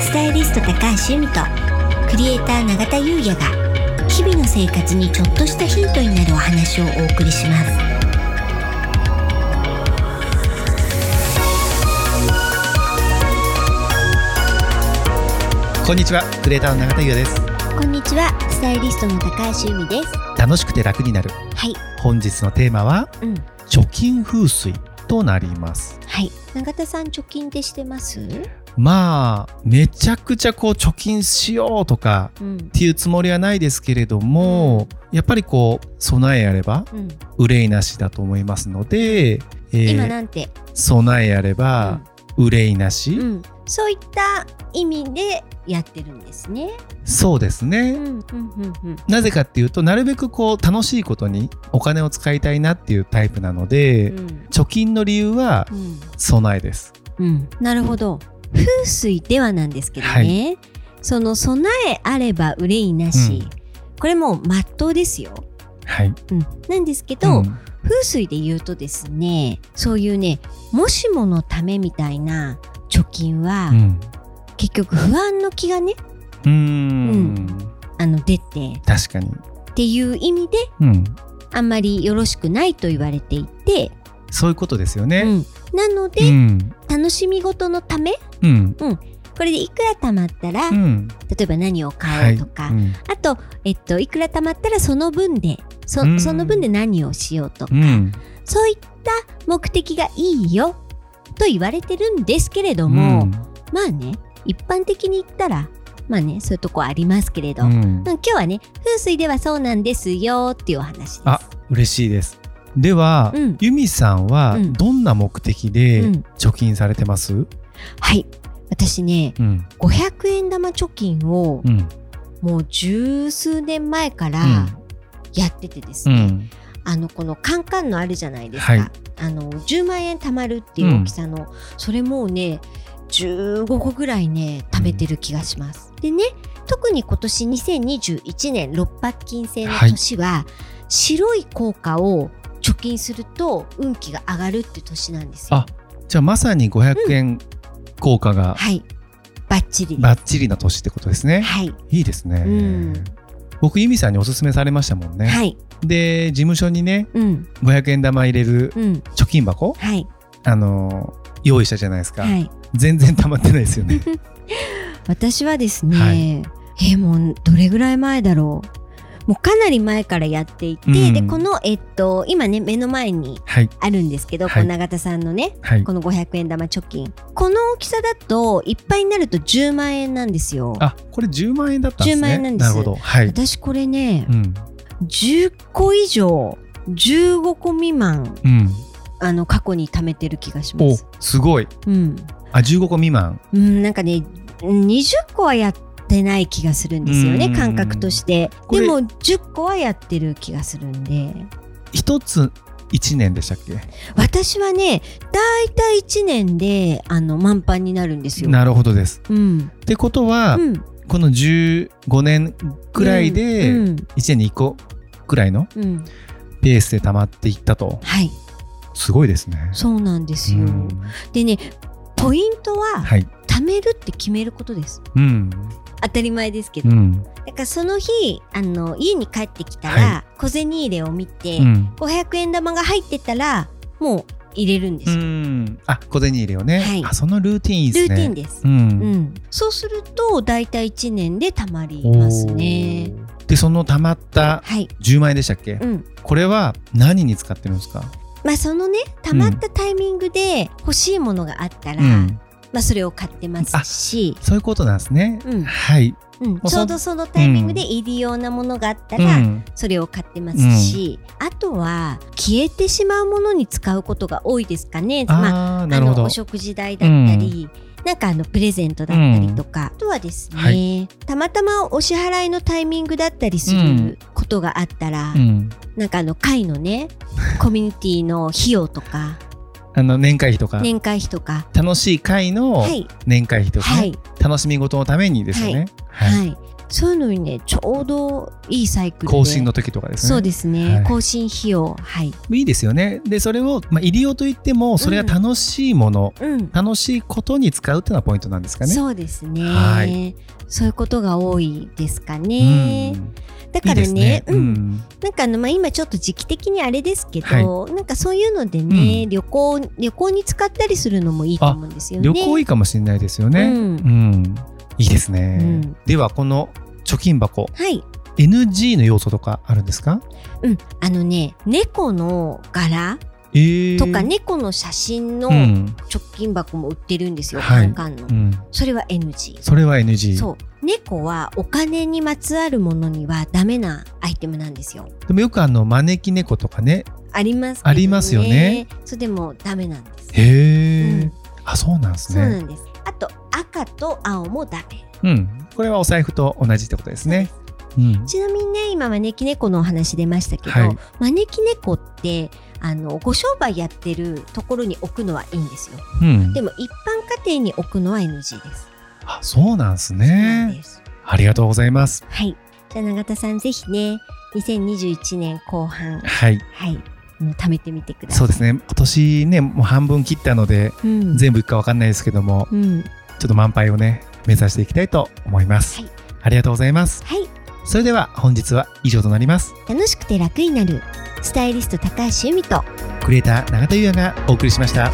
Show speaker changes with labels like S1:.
S1: スタイリスト高橋由美とクリエイター永田優也が日々の生活にちょっとしたヒントになるお話をお送りします
S2: こんにちはクレーターの永田優也です
S1: こんにちはスタイリストの高橋由美です
S2: 楽しくて楽になる
S1: はい
S2: 本日のテーマは
S1: うん
S2: 貯金風水となります
S1: はい永田さん貯金ってしてます
S2: まあめちゃくちゃこう貯金しようとか
S1: うん
S2: っていうつもりはないですけれども、やっぱりこう備えあれば
S1: うん、
S2: 憂いなしだと思いますので、えー
S1: 今なんて、
S2: 備えあれば憂いなし、
S1: うん、そういった意味でやってるんですね。
S2: そうですね、
S1: うんうんうんうん
S2: なぜかっていうとなるべくこう楽しいことにお金を使いたいなっていうタイプなので、
S1: うん
S2: 貯金の理由は
S1: うん
S2: 備えです。
S1: うん、なるほど風水ではなんですけどね、
S2: はい
S1: その備えあれば憂いなし、
S2: うん
S1: これもう真っ当ですよ、
S2: はい。
S1: うん、なんですけど、
S2: うん
S1: 風水で言うとですねそういうねもしものためみたいな貯金は、
S2: うん
S1: 結局不安の気がね
S2: うーん
S1: あの出てっ
S2: 確かに。
S1: ていう意味で
S2: うん。
S1: あんまりよろしくないと言われていて、
S2: そういうことですよ
S1: う
S2: ね。
S1: ん、なの
S2: う
S1: で、
S2: ん。
S1: 楽しみ事のためこ
S2: うん。
S1: れでいくら貯まったら、
S2: うん。
S1: 例えば何を
S2: は
S1: 買おう
S2: い。
S1: とか、
S2: うん
S1: あと、えっと、いくら貯まったらその分でそ
S2: うん
S1: その分で何をしようとか、
S2: うん。
S1: そういった目的がいいよと言われてるんですけれど
S2: うん
S1: も、まあね一般的に言ったらまあねそういうとこありますけれど、
S2: う
S1: うん
S2: ん
S1: 今日はね風水ではそうなんですよっていうお話です。
S2: あ嬉しいです。では
S1: うん、
S2: ユミさんは
S1: うん
S2: どんな目的
S1: う
S2: で
S1: ん、
S2: 貯金されてます？
S1: はい私ね
S2: うん。
S1: 500円玉貯金を
S2: うん。
S1: もう十数年前からやっててです
S2: う
S1: ね、
S2: ん。
S1: あのこのカンカンのあるじゃないですか、
S2: はい
S1: あの10万円貯まるっていう大きさの、それもうね15個ぐらいね貯めてる気がします。でね特に今年2021年六白金星の年は、白い硬貨を貯金すると運気が上がるって年なんですよ。
S2: あじゃあまさに500円効果が
S1: はいバッチリです。
S2: バッチリな年ってことですね。
S1: はい、
S2: いいですね。
S1: うん
S2: 僕ユミさんにおすすめされましたもんね。
S1: はい、
S2: で事務所にね
S1: うん、
S2: 500円玉入れる
S1: うん、
S2: 貯金箱、
S1: はい、
S2: あのー用意したじゃないですか、
S1: はい。
S2: 全然溜まってないですよ ね
S1: 私はですね、
S2: は
S1: えーもうどれぐらい前だろうもうかなり前からやっていて、
S2: うん
S1: でこの、えっと、今ね目の前に
S2: はい
S1: あるんですけど、
S2: はい
S1: この永田さんのね
S2: はい
S1: この500円玉貯金この大きさだといっぱいになると10万円なんですよ
S2: あこれ10万円だったんですね
S1: 10万円なんです
S2: るほどはい、
S1: 私これね
S2: う、ん
S1: 10個以上15個未満
S2: うん、
S1: あの過去に貯めてる気がしま
S2: お
S1: す
S2: すごい
S1: うん、
S2: あ15個未満
S1: うん、なんかね20個はやってない気がするんですよ
S2: う
S1: ね
S2: ん
S1: 感覚として
S2: こ
S1: で
S2: れ
S1: も10個はやってる気がするんで
S2: 一つ1年でしたっけ
S1: 私はねだいたい1年であの満帆になるんですよ。
S2: なるほどです
S1: うん
S2: ってことは、
S1: うん、
S2: この15年くらいで
S1: う
S2: 1
S1: ん
S2: 年に1個くらいの
S1: うんうん
S2: ペースで溜まっていったと
S1: はい
S2: すごいですね
S1: そうなんですよ。
S2: うん
S1: でねポイントは
S2: はい
S1: 貯めるって決めることです。
S2: うん
S1: 当たり前ですけ
S2: う
S1: ど、
S2: ん
S1: だからその日あの家に帰ってきたら、
S2: は
S1: 小銭入れを見て、
S2: うん
S1: 500円玉が入ってたらもう入れるんです
S2: う
S1: よ。
S2: ん。あ、小銭入れをね。
S1: はい
S2: あ、そのルーティンいいですね。
S1: ルーティンです。
S2: う。
S1: うんん、そうすると大体1年でたまりますね。
S2: おー。で、その貯まった
S1: はい、
S2: 10万円でしたっけ、
S1: うん、
S2: これは何に使ってるんですか
S1: まあそのねたまったタイミングで欲しいものがあったら、
S2: うん。
S1: まあそれを買ってますし、
S2: そういうことなんですね。
S1: うん
S2: はい。
S1: うん、
S2: う
S1: ち
S2: そ
S1: ょうどそのタイミングでいるようなものがあったら、
S2: うん
S1: それを買ってますし、あとは消えてしまうものに使うことが多いですかね。まあ
S2: あー、なるほ
S1: あの
S2: ど
S1: お。食事代だったり、なんかあのプレゼントだったりとか、あとはですね、
S2: は
S1: たまたまお支払いのタイミングだったりす
S2: う
S1: る
S2: ん
S1: ことがあったら、
S2: うん。
S1: なんかあの会の ねコミュニティの費用とか
S2: あの、年会費とか。
S1: 年会費とか
S2: 楽しい会の
S1: はい
S2: 年会費とかね、
S1: はい
S2: 楽しみ事のためにですよね。
S1: はい、そういうのにねちょうどいいサイクルで
S2: 更新の時とかですね。
S1: そうですね、
S2: はい
S1: 更新費用はい、
S2: いいですよね。で、それを、まあ、入り用といっても、それが楽しいもの、
S1: うん、
S2: 楽しいことに使うっていうのはポイントなんですかね。
S1: そうですね、
S2: はい
S1: そういうことが多いですか
S2: う
S1: ね、
S2: ん
S1: だ
S2: い
S1: から
S2: いですね
S1: ね。
S2: う
S1: うん、
S2: ん。
S1: なんかあの、まあ、今ちょっと時期的にあれですけど、
S2: は
S1: なんかそういうのでね、
S2: うん
S1: 旅行旅行に使ったりするのもいいと思うんですよね
S2: 旅行いいかもしれないですよね。
S1: う
S2: うんん。いいですね。
S1: うん
S2: では、この貯金箱、
S1: はい、
S2: NG の要素とかあるんですか
S1: うん、あのね猫の柄
S2: えー
S1: とか。猫の写真の貯
S2: ん。
S1: 金箱も売ってるんですよ、
S2: は
S1: カン
S2: い
S1: カンの、
S2: うん。
S1: それは NG
S2: それは NG。
S1: そう猫はお金にまつわるものにはダメなアイテムなんですよ
S2: でもよくあの、招き猫とかね。
S1: ありますけど、
S2: ありますよね
S1: そうでもダメなんです
S2: へ
S1: う
S2: え
S1: ん。
S2: あ、そうなんです
S1: そうな
S2: ね。
S1: んですあと赤と青もダメ
S2: うん。これはお財布と同じってことですね。うん。
S1: ちなみにね今招き猫のお話出ましたけど、
S2: はい
S1: 招き猫ってあのご商売やってるところに置くのはいいんですよ
S2: うん
S1: で。も一般家庭に置くのは NG です。
S2: あ、そうなんです
S1: そうなん
S2: ね。
S1: です
S2: ありがとうございます。
S1: はい。じゃあ永田さんぜひね、2021年後半、
S2: はい。
S1: はい、もう貯めてみてください。
S2: そうですね。今年ね、もう半分切ったので、
S1: うん。
S2: 全部いくかわかんないですけども、
S1: うん。
S2: ちょっと満杯をね、目指していきたいと思います。
S1: はい
S2: ありがとうございます。
S1: はい。
S2: それでは本日は以上となります。
S1: 楽しくて楽になるスタイリスト高橋由美と
S2: クリエイター永田優也がお送りしました。